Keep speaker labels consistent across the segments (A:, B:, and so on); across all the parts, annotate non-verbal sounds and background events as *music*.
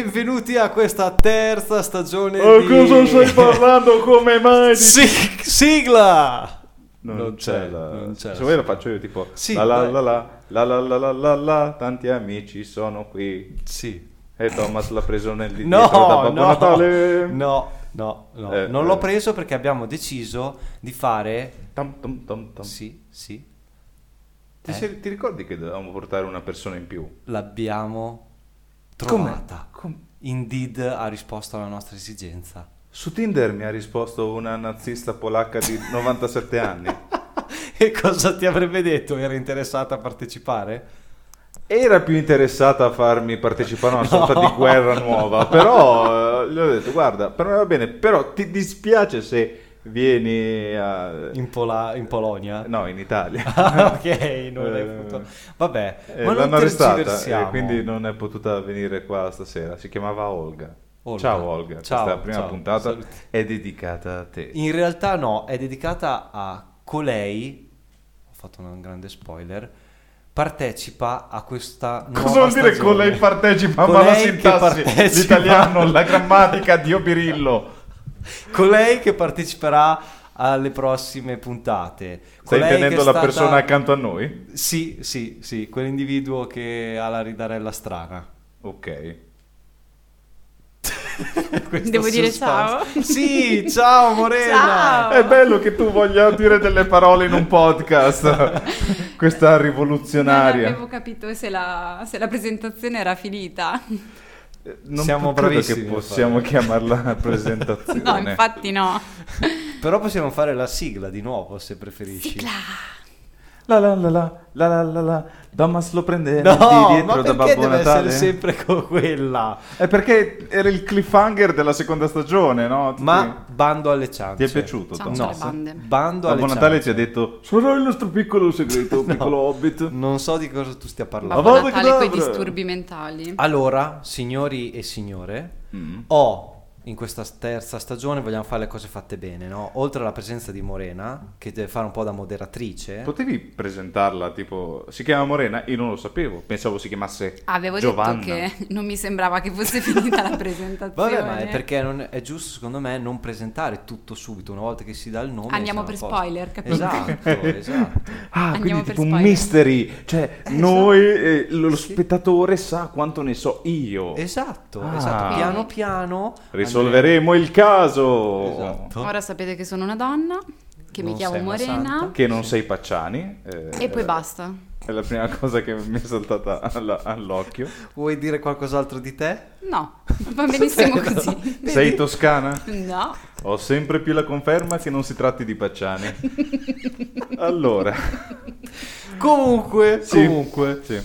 A: Benvenuti a questa terza stagione
B: Ma
A: di...
B: Oh, cosa
A: *laughs*
B: stai parlando come mai? di-
A: Sig- sigla!
B: Non,
A: Non
B: c'è,
A: c'è,
B: la...
A: non c'è la
B: Se vuoi la faccio io tipo
A: Sì,
B: la, la,
A: dai.
B: la, la, la, la, la, la, la, la, tanti amici sono qui
A: Sì.
B: E Thomas l'ha preso nel di
A: No,
B: dietro da Babbo
A: no,
B: Natale
A: no, no, no.
B: Eh,
A: non
B: eh.
A: l'ho preso perché abbiamo deciso di fare...
B: Tam, tam, tam, tam.
A: Sì, eh. sì,
B: Ti, sei- ti ricordi che dovevamo portare una persona in più?
A: l'abbiamo
B: Come?
A: trovata.
B: Come?
A: Indeed ha risposto alla nostra esigenza. *laughs*
B: Su Tinder mi ha risposto una nazista polacca di 97 anni
A: e cosa ti avrebbe detto? Era interessata a partecipare?
B: Era più interessata a farmi partecipare a una
A: *laughs*
B: sorta
A: No.
B: di guerra nuova, però eh, gli ho detto guarda, per me va bene, però ti dispiace se vieni a...
A: In, Pola- in Polonia?
B: Eh. No,
A: *laughs*
B: in Italia.
A: Ah, ok, non l'hai
B: Eh,
A: potuto. Vabbè,
B: Eh,
A: ma non
B: l'hanno arrestata
A: tergiversiamo.
B: e quindi non è potuta venire qua stasera, si chiamava Olga.
A: Olga.
B: Ciao Olga,
A: Ciao,
B: questa prima
A: ciao.
B: puntata
A: Saluti.
B: è dedicata a te.
A: In realtà no, è dedicata a colei, ho fatto un grande spoiler, partecipa a questa nuova
B: Cosa vuol dire
A: stagione.
B: con lei partecipa?
A: Con
B: ma la
A: lei che
B: sintassi,
A: partecipa.
B: l'italiano, la grammatica, Dio Pirillo.
A: *laughs* Colei che parteciperà alle prossime puntate.
B: Stai
A: Colei che
B: tenendo
A: è
B: la
A: stata-
B: persona accanto a noi?
A: Sì, sì, sì, quell'individuo che ha la ridarella strana. *laughs*
B: Ok.
A: Questo
C: Devo dire
A: suspense.
C: ciao?
A: Sì, ciao Morena!
C: Ciao!
B: È bello che tu voglia dire delle parole in un
C: *laughs*
B: podcast, questa
C: Non
B: rivoluzionaria.
C: avevo capito se la, se la presentazione era finita.
B: Eh, Non
A: Siamo
B: credo
A: bravissimi
B: che
A: a
B: possiamo
A: fare. *laughs*
B: chiamarla presentazione.
C: No, infatti no.
A: Però possiamo fare la sigla di nuovo se preferisci.
B: La la la la la la la la. Damas lo prende
A: No,
B: di
A: ma
B: dietro
A: perché
B: da Babbo
A: deve
B: Natale.
A: essere sempre con quella?
B: È perché era il cliffhanger della seconda stagione, no? Tutti-
A: Ma bando alle ciance.
B: ti è piaciuto?
C: Ciao,
B: Thomas?
A: No,
C: Sono le bande.
A: bando alle
B: Babbo Natale ci
A: ciance.
B: ha detto: Sarà il nostro piccolo
A: *laughs*
B: segreto, piccolo hobbit.
A: Non so di cosa tu stia
C: Babbo
A: parlando.
B: Ma va- Avvocato
C: Natale con i
B: Cadabra.
C: disturbi mentali.
A: Allora, signori e signore,
B: Mm.
A: ho in questa terza stagione vogliamo fare le cose fatte bene, no? Oltre alla presenza di Morena, che deve fare un po' da moderatrice.
B: Eh? Potevi presentarla tipo si chiama Morena? Io non lo sapevo, pensavo si chiamasse
C: Avevo
B: Giovanna.
C: detto che non mi sembrava che fosse finita la presentazione.
A: Vabbè, ma è perché non- è giusto secondo me non presentare tutto subito, una volta che si dà il nome. siamo
C: Andiamo per
A: a posto.
C: spoiler, capito?
B: *laughs*
A: Esatto, esatto.
B: Ah,
C: Andiamo
B: quindi
C: per
B: tipo un
C: spoiler. Esatto.
B: mystery, cioè noi eh, lo spettatore sa quanto ne so io.
A: Esatto,
B: Ah.
A: esatto. Piano piano
B: Risolveremo il caso.
A: Esatto.
C: Ora sapete che sono una donna, che
A: Non
C: mi chiamo
A: sei una
C: Morena
A: santa.
B: Che non sei Pacciani. eh,
C: e poi basta.
B: È la prima cosa che mi è saltata alla- all'occhio.
A: Vuoi dire qualcos'altro di te?
C: No,
A: *laughs*
C: va benissimo così.
B: Sei toscana?
C: No,
B: Ho sempre più la conferma che non si tratti di
C: *laughs*
B: Pacciani. allora,
A: Comunque,
B: sì,
A: comunque,
B: sì.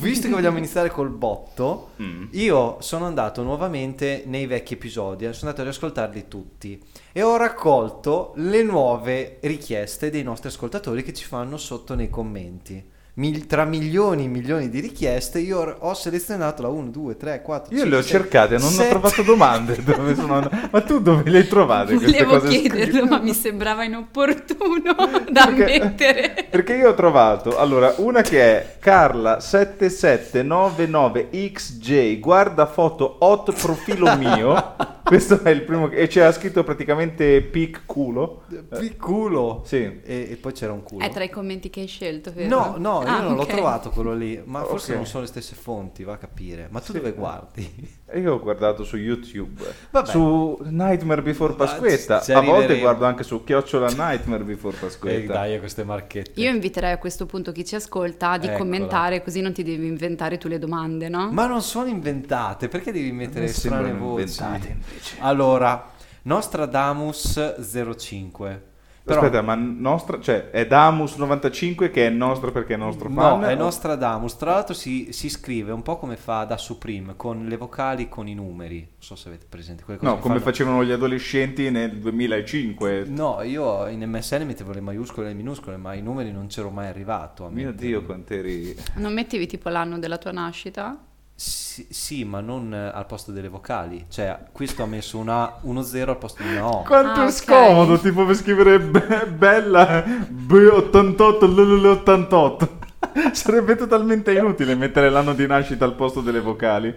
A: visto che vogliamo iniziare col botto,
B: Mm.
A: io sono andato nuovamente nei vecchi episodi, eh, sono andato a riascoltarli tutti e ho raccolto le nuove richieste dei nostri ascoltatori che ci fanno sotto nei commenti. Mil- tra milioni e milioni di richieste, io ho- ho selezionato la 1, 2, 3, 4.
B: Io le ho cercate, non ho trovato
A: *laughs*
B: domande. Dove sono andata. Ma tu dove le hai trovate queste
C: volevo
B: cose? scritte?
C: chiederlo, ma mi sembrava inopportuno *laughs* da
B: Perché-
C: ammettere.
B: *laughs* Perché io ho trovato, allora, una che è Carla7799XJ, guarda foto hot profilo
A: *laughs*
B: mio, questo è il primo, che- e c'era scritto praticamente pic culo.
A: Piccolo.
B: Sì.
A: E, e poi c'era un culo.
C: È tra i commenti che hai scelto, vero?
A: No, no, io
C: Ah,
A: non l'ho
C: ok.
A: trovato quello lì, ma
B: Ok.
A: forse non sono le stesse fonti, va a capire. Ma tu dove guardi?
B: E io ho guardato su YouTube,
A: Vabbè.
B: su Nightmare Before
A: Ma
B: Pasquetta,
A: ci- ci
B: a volte
A: arriveremo. Eh,
B: guardo anche su
A: *laughs*
B: Chiocciola Nightmare Before Pasquetta.
A: a queste marchette.
C: Io inviterei a questo punto chi ci ascolta di
A: Eccola.
C: commentare così non ti devi inventare tu le domande, no?
A: Ma non sono inventate, perché devi mettere
B: Mi
A: strane
B: sembrano
A: voci?
B: inventate, invece.
A: Allora, Nostradamus 05. Però-
B: Aspetta, ma nostra, cioè è Damus95 che è nostro perché è nostro fan?
A: No, è
B: o-
A: Nostradamus. Tra l'altro si, si scrive un po' come fa da Supreme, con le vocali, con i numeri. Non so se avete presente quelle cose
B: No,
A: che
B: come
A: fanno-
B: facevano gli adolescenti nel 2005.
A: No, io in MSN mettevo le maiuscole e le minuscole, ma i numeri non c'ero mai arrivato. a
B: Oh, Mio
A: metterli.
B: Dio, quant'eri...
C: Non mettevi tipo l'anno della tua nascita?
A: Sì, sì, ma non eh, al posto delle vocali. Cioè, questo ha messo una 1-0 al posto di una O.
B: Quanto
C: Ah,
B: è
C: ok.
B: scomodo, tipo per scrivere be- bella B88 LL88. *laughs*
C: Eh. Ah,
B: Sarebbe totalmente inutile mettere l'anno di nascita al posto delle vocali.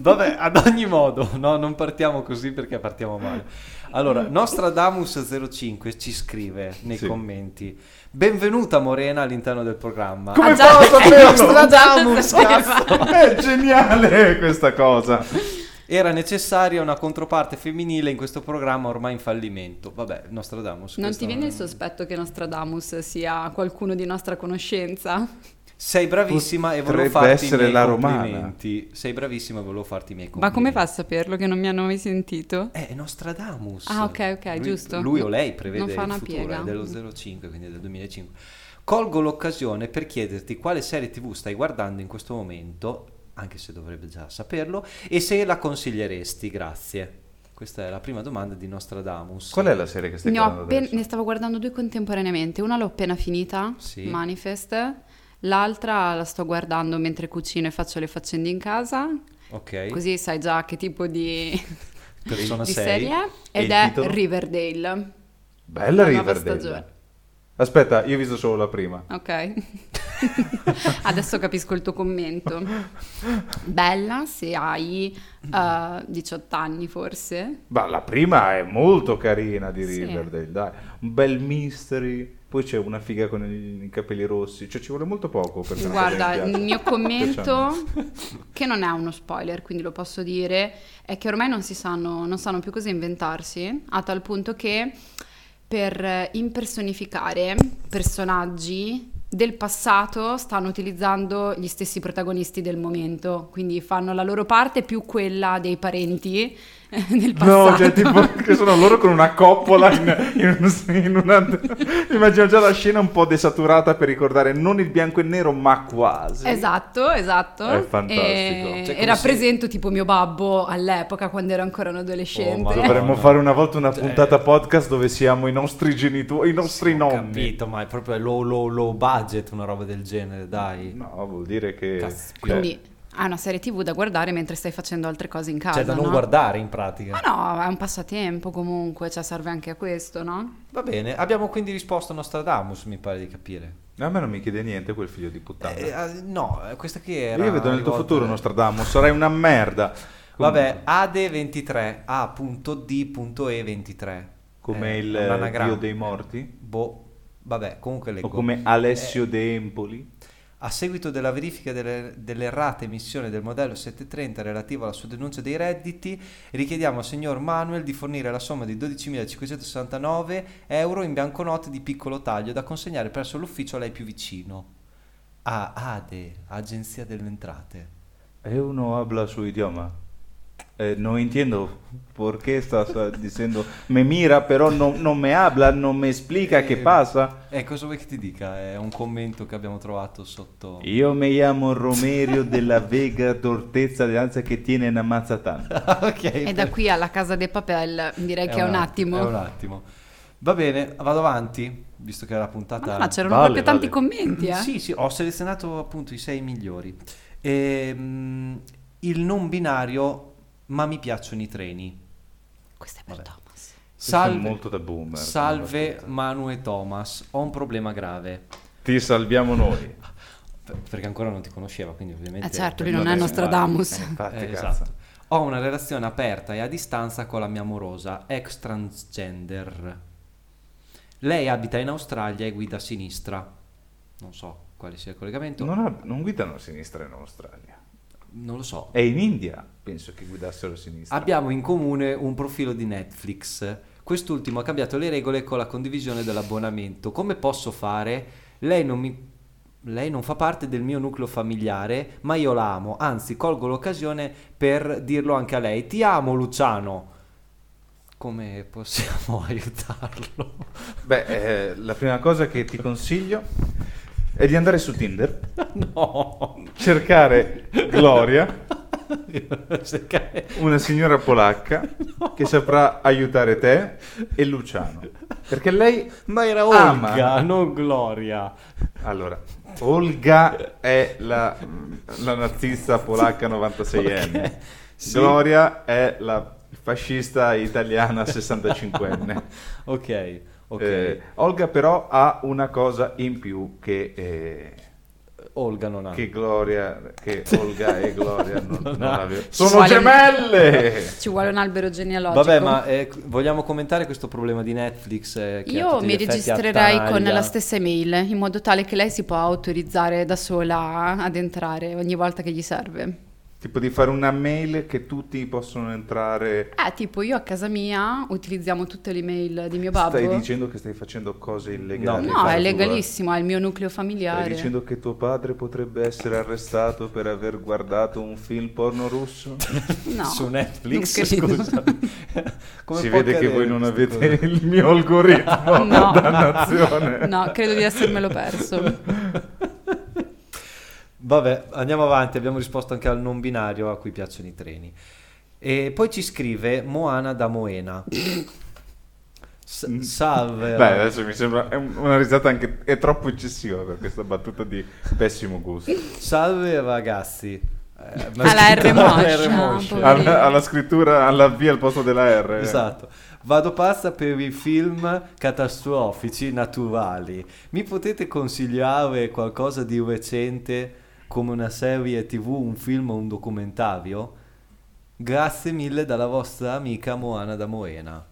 A: Vabbè, ad ogni modo, no, non partiamo così perché partiamo male. Allora, Nostradamus05 ci scrive nei
B: Sì.
A: commenti: Benvenuta Morena all'interno del programma.
B: Come
C: Ah, già,
B: fa a
C: eh,
B: saperlo?
A: Nostradamus,
C: Già sapeva.
A: cazzo!
B: È geniale questa cosa.
A: Era necessaria una controparte femminile in questo programma ormai in fallimento. Vabbè, Nostradamus.
C: Non
A: questo
C: ti viene il sospetto che Nostradamus sia qualcuno di nostra conoscenza?
A: Sei bravissima e volevo
B: Potrebbe
A: farti i
B: essere
A: miei
B: la romana.
A: complimenti. Sei bravissima e volevo farti i miei
C: Ma
A: complimenti.
C: come fa a saperlo che non mi hanno mai sentito?
A: Eh, è Nostradamus.
C: Ah, ok, ok,
A: Lui-
C: giusto.
A: Lui o lei prevede
C: Non fa
A: il
C: una
A: futuro,
C: piega.
A: è dello 05, quindi del 2005. Colgo l'occasione per chiederti quale serie TV stai guardando in questo momento, anche se dovrebbe già saperlo, e se la consiglieresti, grazie. Questa è la prima domanda di Nostradamus.
B: Qual è la serie che stai
C: Ne, ho
B: guardando
C: appen-
B: adesso?
C: ne stavo guardando due contemporaneamente. Una l'ho appena finita,
A: Sì.
C: Manifest. L'altra la sto guardando mentre cucino e faccio le faccende in casa.
A: Ok.
C: Così sai già che tipo di,
A: Persona
C: di
A: 6.
C: serie è.
B: E
C: Ed
B: il
C: è
B: titolo?
C: Riverdale.
B: Bella
C: La nuova
B: Riverdale.
C: stagione.
B: Aspetta, io ho visto solo la prima.
C: Ok. *laughs* Adesso capisco il tuo commento. Bella se hai eh, 18 anni forse.
B: Ma la prima è molto carina di
C: Sì.
B: Riverdale, dai. Un bel mystery. Poi c'è una figa con i, i capelli rossi. Cioè, ci vuole molto poco per fare una cosa
C: Eh,
B: che
C: Guarda,
B: mi
C: il
B: piace. *laughs*
C: mio
B: Cioè,
C: commento, che non è uno spoiler, quindi lo posso dire, è che ormai non si sanno, non sanno più cosa inventarsi, a tal punto che per eh, impersonificare personaggi del passato stanno utilizzando gli stessi protagonisti del momento, quindi fanno la loro parte più quella dei parenti eh, del passato.
B: No, cioè, tipo,
C: *laughs*
B: che sono loro con una coppola in, in un- in una... Immagino già la scena un po' desaturata per ricordare non il bianco e il nero, ma quasi.
C: Esatto, esatto.
B: È fantastico.
C: E,
A: Cioè,
C: e
A: come
C: rappresento tipo mio babbo all'epoca quando ero ancora un
A: Oh,
C: adolescente.
A: madonna.
B: Dovremmo
A: No.
B: fare una volta una
A: Cioè-
B: puntata podcast dove siamo i nostri genitori, i nostri
A: Ho
B: nonni.
A: capito, ma è proprio low, low, low budget, una roba del genere, dai.
B: No, vuol dire che...
A: Caspita.
B: cioè,
C: Quindi hai una serie TV da guardare mentre stai facendo altre cose in casa.
A: Cioè, da non
C: no?
A: guardare in pratica.
C: Ma no, è un passatempo comunque, cioè serve anche a questo, no?
A: Va bene, abbiamo quindi risposto a Nostradamus, mi pare di capire.
B: A me non mi chiede niente quel figlio di puttana.
A: Eh, eh, no, eh, questa qui era...
B: Io vedo nel tuo
A: rivolta-
B: futuro Nostradamus, sarai una merda.
A: Vabbè, AD23, A.D.E23.
B: Come
A: Eh,
B: il
A: un
B: eh,
A: anagramma.
B: dio dei morti?
A: Boh, vabbè, comunque leggo. Eh.
B: O come Alessio De Empoli?
A: A seguito della verifica delle, dell'errata emissione del modello 730 relativa alla sua denuncia dei redditi, richiediamo al signor Manuel di fornire la somma di 12.569 euro in banconote di piccolo taglio da consegnare presso l'ufficio a lei più vicino. A ADE, Agenzia delle Entrate.
B: E uno habla su idioma. Eh, non entiendo perché sta, sta dicendo me mira, però non, non me habla, non me explica che
A: Eh,
B: passa.
A: Eh, cosa vuoi che ti dica? È un commento che abbiamo trovato sotto...
B: Io mi chiamo Romerio della Vega d'Ortezza di Anza che tiene una mazzatana.
A: *laughs* ok.
C: E da qui alla casa dei papel direi che è un attimo.
A: È un attimo. Va bene, vado avanti, visto che era la puntata...
C: Madonna, c'erano
B: Vale,
C: proprio
B: vale.
C: tanti commenti, eh?
A: Sì, sì, ho selezionato appunto i sei migliori. Ehm, il non binario, ma mi piacciono i treni.
C: Questo è per
A: Vabbè.
C: Thomas.
A: Salve,
B: molto da boomer,
A: salve
B: come
A: Manu e Thomas, ho un problema grave.
B: Ti salviamo noi.
A: P- Perché ancora non ti conosceva, quindi ovviamente...
C: Eh certo, lui non
B: Eh,
C: è Nostradamus.
B: eh, Infatti,
A: Eh,
B: cazzo.
A: esatto. Ho una relazione aperta e a distanza con la mia amorosa, ex transgender. Lei abita in Australia e guida a sinistra. Non so quale sia il collegamento.
B: Non, ha- non guidano a sinistra in Australia.
A: non lo so.
B: È in India, penso che guidassero a sinistra.
A: Abbiamo in comune un profilo di Netflix. Quest'ultimo ha cambiato le regole con la condivisione dell'abbonamento. Come posso fare? Lei non mi- Lei non fa parte del mio nucleo familiare, ma io la amo. Anzi, colgo l'occasione per dirlo anche a lei. Ti amo, Luciano. Come possiamo *laughs* aiutarlo?
B: Beh, eh, la prima cosa che ti consiglio è di andare su Tinder,
A: no. *laughs*
B: cercare Gloria,
A: Se ca-
B: una signora polacca che saprà aiutare te e Luciano. Perché lei...
A: ma era
B: Ama.
A: Olga, non Gloria.
B: Allora, Olga è la, la nazista polacca 96enne.
A: Ok, *laughs* sì.
B: Gloria è la fascista italiana 65enne.
A: *laughs* Ok, ok.
B: Eh, Olga però ha una cosa in più che eh,
A: Olga non ha.
B: Che Gloria,
A: *laughs*
B: che Olga e Gloria non,
A: Non
B: non
A: ha.
B: l'aveva-
A: Ci
B: Sono
A: *laughs*
C: vuole-
B: gemelle!
C: *laughs* Ci vuole un albero genealogico.
A: Vabbè, ma eh, vogliamo commentare questo problema di Netflix? eh, che ha
C: Io
A: tutti gli
C: mi
A: effetti
C: registrerei con
A: attanaglia?
C: la stessa email in modo tale che lei si può autorizzare da sola ad entrare ogni volta che gli serve.
B: Tipo di fare una mail che tutti possono entrare...
C: Eh, tipo io a casa mia utilizziamo tutte le email di mio babbo.
B: Stai dicendo che stai facendo cose illegali.
A: No,
C: No,
B: Fai tu,
C: è eh.
B: eh.
C: legalissimo, è il mio nucleo familiare.
B: Stai dicendo che tuo padre potrebbe essere arrestato per aver guardato un film porno russo?
C: No,
A: Su
C: non
A: Netflix,
C: credo.
A: scusa.
C: *laughs*
A: Come
B: si
A: può
B: vede che
A: accadere
B: voi non
A: questa
B: avete
A: cosa?
B: il mio algoritmo.
C: *laughs* No.
B: *laughs* Dannazione.
C: No, credo di essermelo
A: *laughs*
C: perso.
A: Vabbè, andiamo avanti, abbiamo risposto anche al non binario a cui piacciono i treni. E poi ci scrive Moana da Moena. S- salve.
B: Mm. Beh, adesso mi sembra è un- una risata anche è troppo eccessiva per questa battuta di pessimo gusto.
A: Salve ragazzi. Eh, ma-
C: Alla R
A: *laughs*
C: Moscia,
A: Moscia.
C: povero.
B: Alla, alla scrittura alla V al posto della R.
A: Esatto. Vado pazza per i film catastrofici naturali. Mi potete consigliare qualcosa di recente come una serie TV, un film o un documentario? Grazie mille dalla vostra amica Moana da Moena.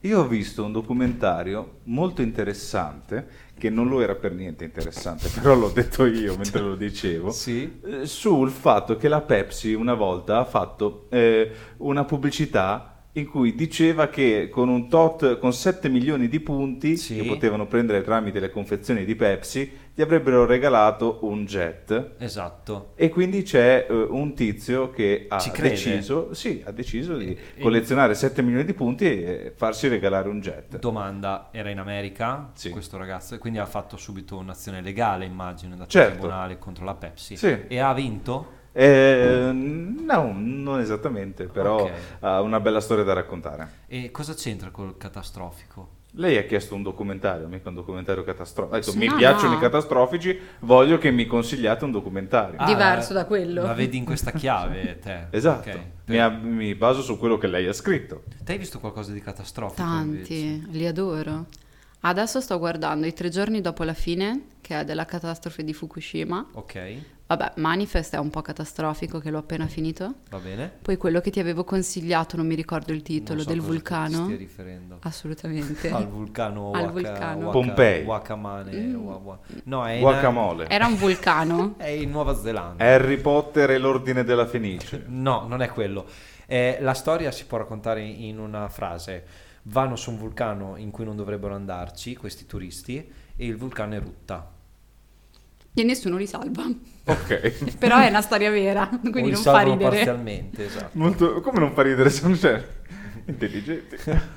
B: Io ho visto un documentario molto interessante che non lo era per niente interessante, *laughs* però l'ho detto io mentre lo dicevo.
A: Sì.
B: eh, sul fatto che la Pepsi una volta ha fatto eh, una pubblicità in cui diceva che con un tot con 7 milioni di punti
A: Sì.
B: che potevano prendere tramite le confezioni di Pepsi gli avrebbero regalato un jet
A: Esatto.
B: e quindi c'è eh, un tizio che ha
A: Ci crede?
B: deciso, sì, ha deciso di collezionare 7 milioni di punti e farsi regalare un jet.
A: Domanda, era in America
B: Sì.
A: questo ragazzo e quindi ha fatto subito un'azione legale, immagino, da
B: Certo.
A: tribunale contro la Pepsi.
B: Sì.
A: E ha vinto?
B: Eh, no, non esattamente, però
A: Ok.
B: ha una bella storia da raccontare.
A: E cosa c'entra col catastrofico?
B: Lei ha chiesto un documentario, mica un documentario catastrofico. Ha detto,
C: Sì,
B: mi
C: no,
B: piacciono
C: no.
B: i catastrofici, voglio che mi consigliate un documentario.
C: Ah. Diverso da quello.
A: La vedi in questa chiave te.
B: *laughs* Esatto,
A: Ok.
B: mi, ha- mi baso su quello che lei ha scritto.
A: Te hai visto qualcosa di catastrofico? invece?
C: Tanti, li adoro. Adesso sto guardando i tre giorni dopo la fine, che è della catastrofe di Fukushima.
A: Ok,
C: Vabbè, Manifest è un po' catastrofico che l'ho appena finito.
A: va bene.
C: Poi quello che ti avevo consigliato, non mi ricordo il
A: Non
C: titolo,
A: so
C: del
A: cosa ti
C: vulcano.
A: stia riferendo.
C: Assolutamente.
A: Al vulcano,
C: Al
A: Waka-
C: vulcano. Mm.
A: Waka-
B: Pompei.
A: Wakamane. wa- wa- No, è in-
B: Guacamole, Eh.
C: Era un vulcano.
A: È in Nuova Zelanda.
B: Harry Potter e l'ordine della Fenice.
A: No, non è quello. Eh, la storia si può raccontare in una frase. Vanno su un vulcano in cui non dovrebbero andarci questi turisti e il vulcano erutta.
C: E nessuno li salva.
A: *laughs*
B: Ok, *laughs*
C: Però è una storia vera,
A: O
C: quindi
A: li
C: non fa
A: salvano
C: ridere.
A: parzialmente, esatto.
B: Molto- come non fa ridere Soncher? Intelligenti.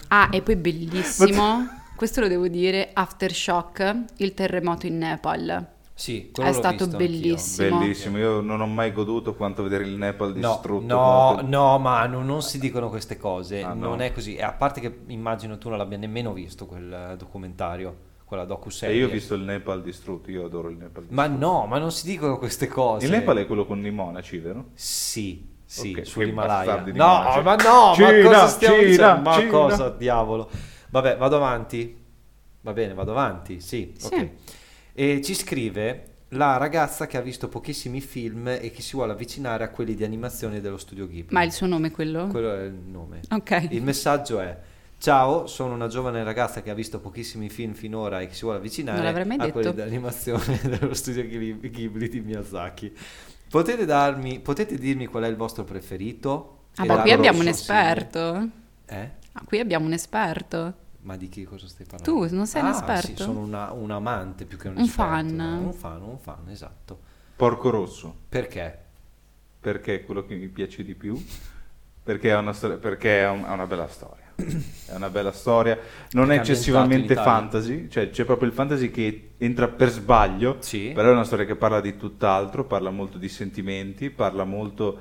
C: Ah, e poi bellissimo, questo lo devo dire, Aftershock, il terremoto in Nepal.
A: Sì,
C: È
A: quello l'ho
C: stato
A: visto anch'io.
C: bellissimo.
B: Bellissimo, io non ho mai goduto quanto vedere il Nepal
A: No,
B: distrutto.
A: no,
B: quanto-
A: no, Manu, non si dicono queste cose,
B: Ah, no.
A: non è così. E a parte che immagino tu non l'abbia nemmeno visto quel eh, documentario, quella
B: E
A: docu-serie.
B: io ho visto il Nepal distrutto, io adoro il Nepal distrutto.
A: Ma no, ma non si dicono queste cose.
B: Il Nepal è quello con i monaci, vero?
A: Sì, sì,
B: Ok, che
A: sull'Himalaya.
B: bastardi di
A: No,
B: monaci.
A: ma no, ma
B: Cina,
A: cosa stiamo
B: Cina,
A: dicendo? Ma
B: Cina.
A: cosa, diavolo. Vabbè, vado avanti. Va bene, vado avanti, sì.
C: Sì.
A: ok. E ci scrive la ragazza che ha visto pochissimi film e che si vuole avvicinare a quelli di animazione dello studio Ghibli.
C: Ma il suo nome è quello?
A: Quello è il nome.
C: Mm. Ok.
A: Il messaggio è: Ciao, sono una giovane ragazza che ha visto pochissimi film finora e che si vuole
C: Non
A: avvicinare
C: l'avrei mai
A: a
C: detto.
A: quelli d'animazione *laughs* dello studio Ghibli, Ghibli di Miyazaki. Potete, darmi, potete dirmi qual è il vostro preferito?
C: Ah,
A: E
C: ma qui
A: darlo
C: abbiamo un
A: consigli.
C: esperto.
A: Eh?
C: Ah, qui abbiamo un esperto.
A: Ma di che cosa stai parlando?
C: Tu non sei un
A: Ah,
C: esperto?
A: Sì, sono una- un amante più che un,
C: Un
A: esperto.
C: fan.
A: Un fan, un fan, esatto.
B: Porco Rosso,
A: Perché?
B: perché è quello che mi piace di più, perché è una, storia- perché è un- è una bella storia. È una bella storia,
A: Perché
B: non è
A: è
B: eccessivamente
A: ambientato in Italia.
B: fantasy, cioè c'è proprio il fantasy che entra per sbaglio,
A: Sì.
B: però è una storia che parla di tutt'altro, parla molto di sentimenti, parla molto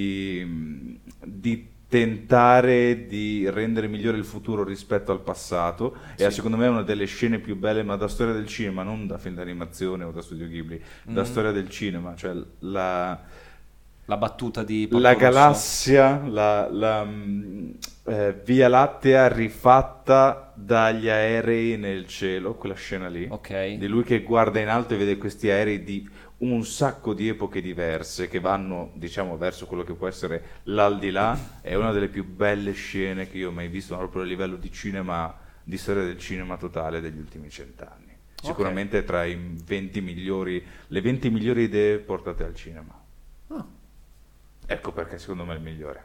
B: di, di tentare di rendere migliore il futuro rispetto al passato e
A: Sì.
B: secondo me è una delle scene più belle, ma da storia del cinema, non da film d'animazione o da studio Ghibli, da
A: Mm.
B: storia del cinema, cioè la,
A: La battuta di Porco
B: la
A: Rosso?
B: galassia, la, la, mm, eh, Via Lattea rifatta dagli aerei nel cielo, quella scena lì,
A: Ok.
B: di lui che guarda in alto e vede questi aerei di un sacco di epoche diverse che vanno, diciamo, verso quello che può essere l'aldilà. È una delle più belle scene che io ho mai visto, ma proprio a livello di cinema, di storia del cinema totale degli ultimi cent'anni. Sicuramente tra i 20 migliori, le 20 migliori idee portate al cinema.
A: Ah,
B: Ecco perché secondo me è il migliore.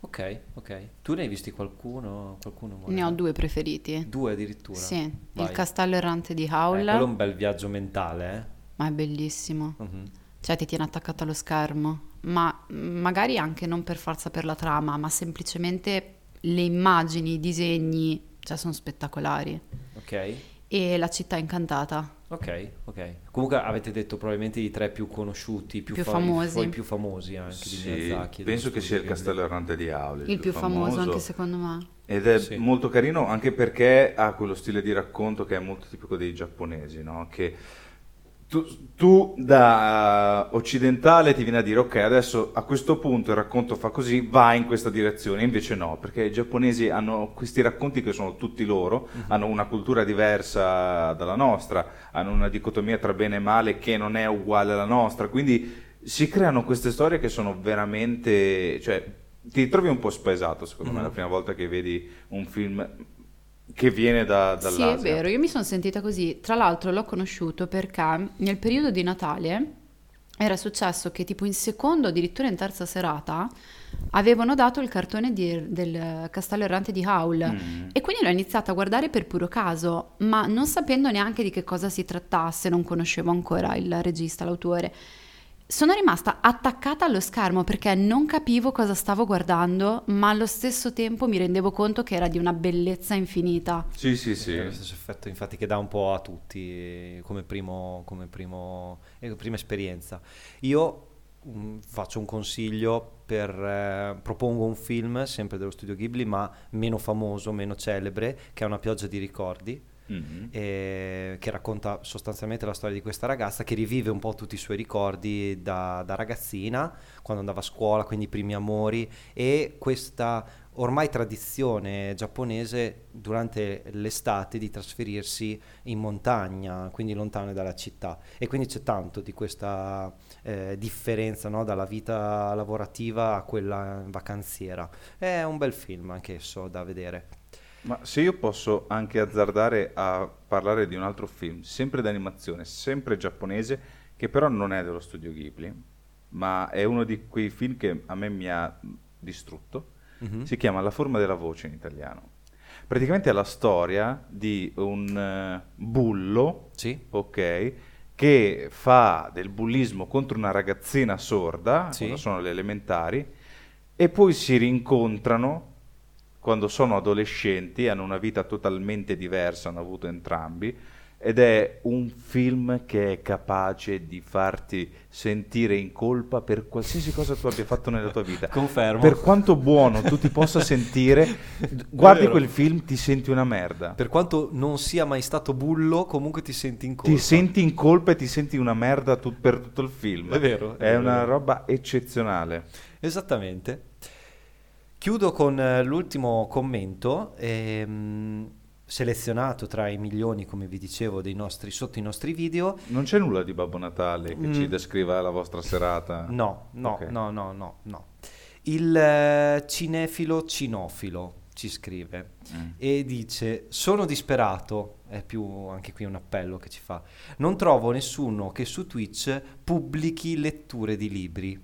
A: ok, ok. Tu ne hai visti qualcuno? qualcuno vuole-
C: Ne ho due preferiti.
A: Due addirittura.
C: Sì,
A: Vai.
C: il castello errante di
A: Eh,
C: Howl,
A: quello è un bel viaggio mentale,
C: ma è bellissimo.
A: eh? Mhm.
C: Cioè ti tiene attaccato allo schermo, ma magari anche non per forza per la trama, ma semplicemente le immagini, i disegni, cioè sono spettacolari.
A: Ok.
C: E la città incantata.
A: Ok, ok. Comunque avete detto probabilmente i tre più conosciuti, più,
C: Più
A: fa-
C: famosi.
A: poi più famosi anche
B: Sì,
A: di Miyazaki. dello
B: penso
A: studio
B: che sia il
A: Ghibli.
B: Castello Errante di Aule.
C: Il più famoso anche secondo me.
B: Ed è
A: Sì.
B: molto carino anche perché ha quello stile di racconto che è molto tipico dei giapponesi, no? Che tu, tu da eh, occidentale ti viene a dire ok, adesso a questo punto il racconto fa così, va in questa direzione, invece no, perché i giapponesi hanno questi racconti che sono tutti loro,
A: Mhm.
B: hanno una cultura diversa dalla nostra, hanno una dicotomia tra bene e male che non è uguale alla nostra, quindi si creano queste storie che sono veramente, cioè ti trovi un po' spaesato secondo
C: Mm-hmm.
B: me la prima volta che vedi un film che viene da,
C: Sì,
B: dall'Asia.
C: è vero, io mi sono sentita così. Tra l'altro l'ho conosciuto perché nel periodo di Natale era successo che tipo in secondo, addirittura in terza serata, avevano dato il cartone di- er-, del Castello Errante di Howl.
B: Mm.
C: E quindi l'ho iniziata a guardare per puro caso, ma non sapendo neanche di che cosa si trattasse, non conoscevo ancora il regista, l'autore. Sono rimasta attaccata allo schermo perché non capivo cosa stavo guardando, ma allo stesso tempo mi rendevo conto che era di una bellezza infinita.
B: Sì, sì,
A: Sì, è lo
B: sì.
A: stesso effetto infatti che dà un po' a tutti eh, come, primo, come primo- eh, prima esperienza. Io mm, faccio un consiglio per... eh, propongo un film sempre dello studio Ghibli ma meno famoso, meno celebre, che è Una pioggia di ricordi.
B: Mhm.
A: eh, che racconta sostanzialmente la storia di questa ragazza che rivive un po' tutti i suoi ricordi da, da ragazzina, quando andava a scuola, quindi i primi amori e questa ormai tradizione giapponese durante l'estate di trasferirsi in montagna, quindi lontane dalla città. E quindi c'è tanto di questa eh, differenza no? dalla vita lavorativa a quella vacanziera. È un bel film anch'esso da vedere.
B: Ma se io posso anche azzardare a parlare di un altro film, sempre d'animazione, sempre giapponese, che però non è dello studio Ghibli, ma è uno di quei film che a me mi ha distrutto,
A: Mhm.
B: si chiama La forma della voce in italiano. Praticamente è la storia di un eh, bullo
A: Sì?
B: ok, che fa del bullismo contro una ragazzina sorda,
A: Sì.
B: quando sono alle elementari, e poi si rincontrano quando sono adolescenti, hanno una vita totalmente diversa, hanno avuto entrambi, ed è un film che è capace di farti sentire in colpa per qualsiasi cosa tu abbia fatto nella tua vita.
A: Confermo.
B: Per quanto buono tu ti
A: *laughs*
B: possa sentire, guardi
A: Vero.
B: quel film, ti senti una merda.
A: Per quanto non sia mai stato bullo, comunque ti senti in colpa.
B: Ti senti in colpa e ti senti una merda tut- per tutto il film.
A: È vero, è
B: È,
A: vero, è
B: una
A: vero.
B: roba eccezionale.
A: Esattamente. Chiudo con eh, l'ultimo commento, ehm, selezionato tra i milioni, come vi dicevo, dei nostri, sotto i nostri video.
B: Non c'è nulla di Babbo Natale che
A: Mm.
B: ci descriva la vostra serata.
A: No, no,
B: Ah, Ok.
A: no, no, no, no. Il eh, cinefilo cinofilo ci scrive.
B: Mm.
A: e dice sono disperato è più anche qui un appello che ci fa non trovo nessuno che su Twitch pubblichi letture di libri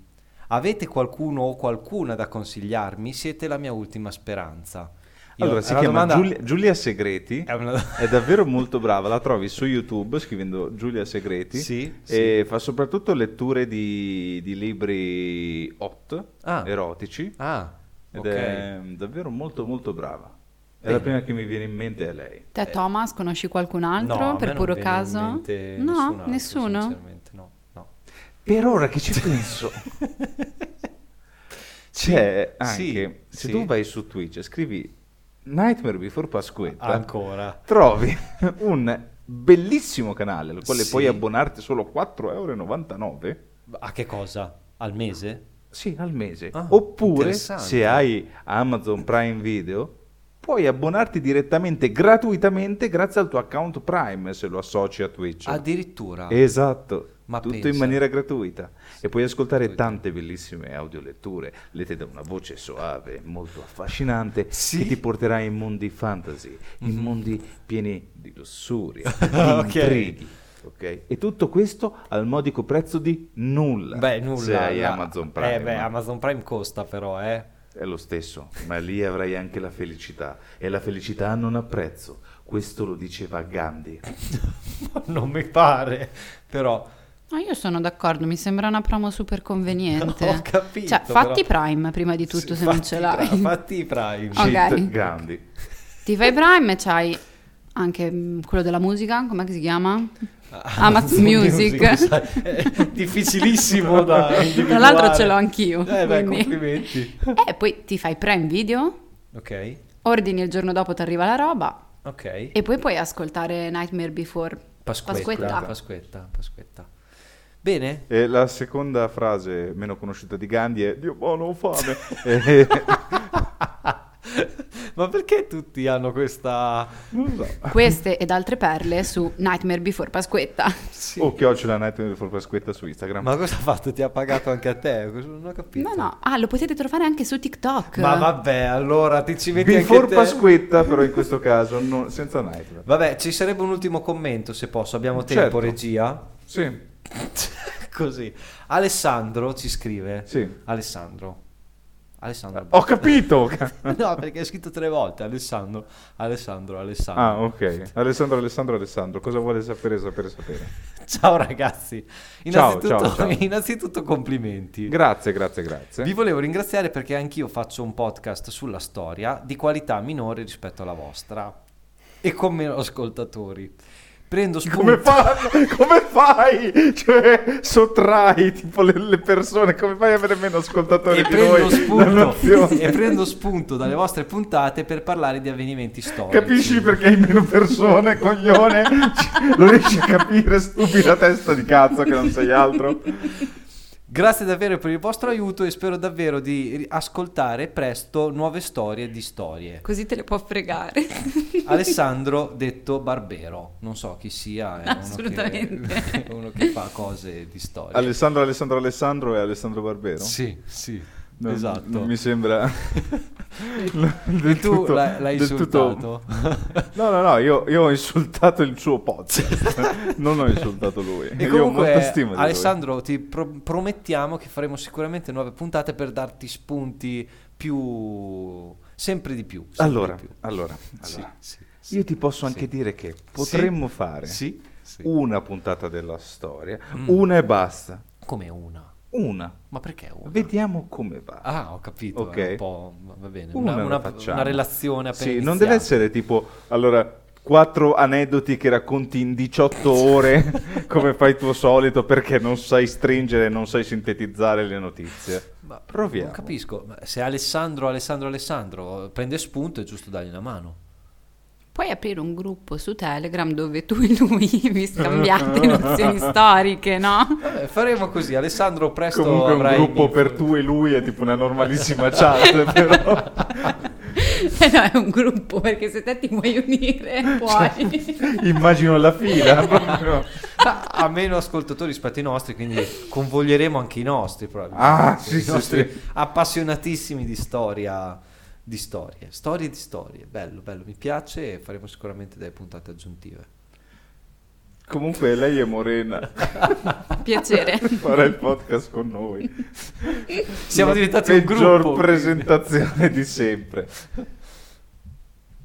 A: avete qualcuno o qualcuna da consigliarmi siete la mia ultima speranza Io-
B: Allora, si
A: è una
B: chiama
A: domanda-
B: Giulia, Eh, Giulia Segreti.
A: è una- *laughs*
B: È davvero molto brava, la trovi su YouTube scrivendo Giulia Segreti
A: Sì,
B: e fa soprattutto letture di, di libri hot,
A: Ah.
B: erotici,
A: ah
B: ed
A: ok
B: è mm, davvero molto molto brava. È
A: Bene.
B: la prima che mi viene in mente è lei.
C: Te Thomas, conosci qualcun
A: Eh, No, a
C: altro
A: me
C: per
A: non
C: puro
A: viene in
C: caso?
A: mente
C: no,
A: nessun altro,
C: nessuno.
A: sinceramente, no, no.
B: Per ora che ci penso, c'è
A: Sì,
B: anche se
A: sì.
B: tu vai su Twitch e scrivi Nightmare Before Pasquetta,
A: ancora
B: trovi *laughs* un bellissimo canale al quale
A: Sì.
B: puoi abbonarti solo 4,99€
A: a che cosa al mese
B: sì, al mese.
A: Ah,
B: Oppure
A: interessante.
B: se hai Amazon Prime Video puoi abbonarti direttamente gratuitamente grazie al tuo account Prime se lo associ a Twitch.
A: addirittura
B: Esatto.
A: Ah. Ma
B: tutto in
A: pensa.
B: maniera gratuita. E puoi ascoltare
A: gratuita.
B: tante bellissime audioletture, lette da una voce soave, molto affascinante,
A: Sì. Mhm.
B: che ti porterà in mondi fantasy, in mondi pieni di
A: *laughs*
B: lussuria, di
A: Ok.
B: intrighi. ok? E tutto questo al modico prezzo di nulla.
A: Beh, nulla.
B: Se hai
A: la-
B: Amazon Prime.
A: Eh, beh,
B: ma-
A: Amazon Prime costa però, eh. *laughs*
B: è lo stesso, ma lì avrai anche la felicità. E la felicità non ha prezzo. Questo lo diceva Gandhi.
A: non mi pare, però.
C: No, Ah, io sono d'accordo, mi sembra una promo
A: *laughs*
C: super conveniente.
A: Ho capito,
C: Cioè, fatti
A: però-
C: Prime prima di tutto
A: Sì,
C: se non
A: fatti
C: ce
A: Prime,
C: l'hai.
A: Fatti i Prime.
C: Ok.
B: Cheat Gandhi.
C: *laughs* Ti fai Prime e c'hai anche mm, quello della musica, com'è che si chiama?
A: Ah, *laughs*
C: Amazon Ah, *laughs* Music.
A: sai, è
C: *laughs*
A: difficilissimo da
C: Tra
A: individuare.
C: l'altro ce l'ho anch'io.
A: Eh beh,
C: quindi.
A: complimenti.
C: *laughs* E poi ti fai Prime Video,
A: Ok,
C: ordini il giorno dopo ti arriva la roba
A: ok.
C: e poi puoi ascoltare Nightmare Before
A: Pasquetta, Ah,
C: Pasquetta.
A: Pasquetta, Pasquetta. Bene?
B: E la seconda frase meno conosciuta di Gandhi è Dio buono
A: *laughs*
B: ho fame. Eh,
A: Ma perché tutti hanno questa...
B: non *laughs* so.
C: Queste ed altre perle su Nightmare Before Pasquetta.
A: Sì.
B: O chiocciola Night for Pasquetta su Instagram.
A: Oh, Ma cosa ha fatto? Ti ha pagato anche a te? Cosa- Non ho capito.
C: No, no, ah, lo potete trovare anche su TikTok.
A: esatto. Ma vabbè, allora ti ci metti
B: Before
A: anche te.
B: Pasquetta però in questo caso non- senza Night.
A: Vabbè, ci sarebbe un ultimo commento se posso. Abbiamo tempo,
B: Certo.
A: regia? *laughs*
B: Sì.
A: Così. Alessandro ci scrive.
B: Sì. Ah,
A: Alessandro. Alessandro.
B: Ho capito.
A: *laughs* No, perché è scritto tre volte. Alessandro, Alessandro, Alessandro.
B: ah, ok. Alessandro, Alessandro, Alessandro, cosa vuole sapere, sapere, sapere?
A: *laughs* Ciao ragazzi.
B: Ciao,
A: Innanzitutto,
B: ciao, ciao.
A: *laughs* innanzitutto complimenti.
B: Grazie, grazie, grazie.
A: Vi volevo ringraziare perché anch'io faccio un podcast sulla storia di qualità minore rispetto alla vostra e con meno ascoltatori. Prendo spunto...
B: *laughs* Come, fa- come fai? Cioè, sottrai tipo le, le persone, come fai a avere meno ascoltatori
A: e
B: di noi?
A: prendo,
B: La
A: spunto, *laughs*
B: nozione.
A: e prendo spunto dalle vostre puntate per parlare di avvenimenti storici.
B: Capisci perché hai meno persone, coglione? *laughs* C- Lo riesci a capire, stupida testa di cazzo che non sei altro?
A: Grazie davvero per il vostro aiuto e spero davvero di ri- ascoltare presto nuove storie di
B: *laughs*
A: storie.
C: Così te le può fregare.
A: Alessandro detto Barbero, non so chi sia, è uno che,
C: Assolutamente.
A: è *laughs* uno che fa cose di storia.
B: Alessandro, Alessandro, Alessandro e Alessandro Barbero?
A: Sì, sì,
B: Non-
A: esatto.
B: non mi sembra...
A: *laughs* E
B: del
A: tu
B: tutto-
A: l'hai, l'hai
B: del tutto-
A: insultato.
B: No, no, no, io, io ho insultato il suo
A: *laughs*
B: podcast, non ho insultato lui.
A: E
B: io ho molta
A: comunque,
B: stima di lui.
A: Alessandro, ti pro- promettiamo che faremo sicuramente nuove puntate per darti spunti più... sempre di più. sempre
B: Allora,
A: di più.
B: allora,
A: Sì,
B: allora.
A: sì, sì.
B: io ti posso anche
A: Sì.
B: dire che potremmo fare
A: Sì, sì.
B: una puntata della storia,
A: Mm.
B: una e basta,
A: Come una?
B: una.
A: Ma perché una?
B: Vediamo come va.
A: Ah, ho capito.
B: Ok.
A: è un po', va bene. Una,
B: la
A: una-
B: facciamo.
A: una relazione appena
B: Sì, non
A: iniziata.
B: deve essere tipo, allora, quattro aneddoti che racconti
A: *laughs*
B: in 18 ore, come fai tuo solito, perché non sai stringere, non sai sintetizzare le notizie.
A: Ma
B: Proviamo.
A: Non capisco. Ma se Alessandro, Alessandro, Alessandro eh, prende spunto, è giusto dargli una mano.
C: *laughs* Puoi aprire un gruppo su Telegram dove tu e lui *laughs*
A: *laughs*
C: vi scambiate nozioni storiche, no? *laughs*
A: Vabbè, faremo così. Alessandro, presto
B: Comunque un
A: avrai
B: gruppo
A: l'info.
B: per tu e lui è tipo una
A: *laughs*
B: normalissima chat, però
C: Eh no, è un gruppo perché se te ti vuoi unire
B: *laughs*
A: Certo.
C: puoi.
B: Cioè, immagino la fila. *laughs* proprio.
A: Ah, ha meno ascoltatori rispetto ai nostri, quindi convoglieremo anche i nostri, probabilmente.
B: Ah, sì,
A: I
B: sì,
A: nostri
B: sì.
A: appassionatissimi di storia, di storie, storie di storie. Bello, bello, mi piace e faremo sicuramente delle puntate aggiuntive.
B: Comunque lei è morena,
C: Piacere.
B: farà il podcast con noi.
A: Siamo
B: La
A: diventati un
B: peggior
A: gruppo.
B: presentazione di sempre.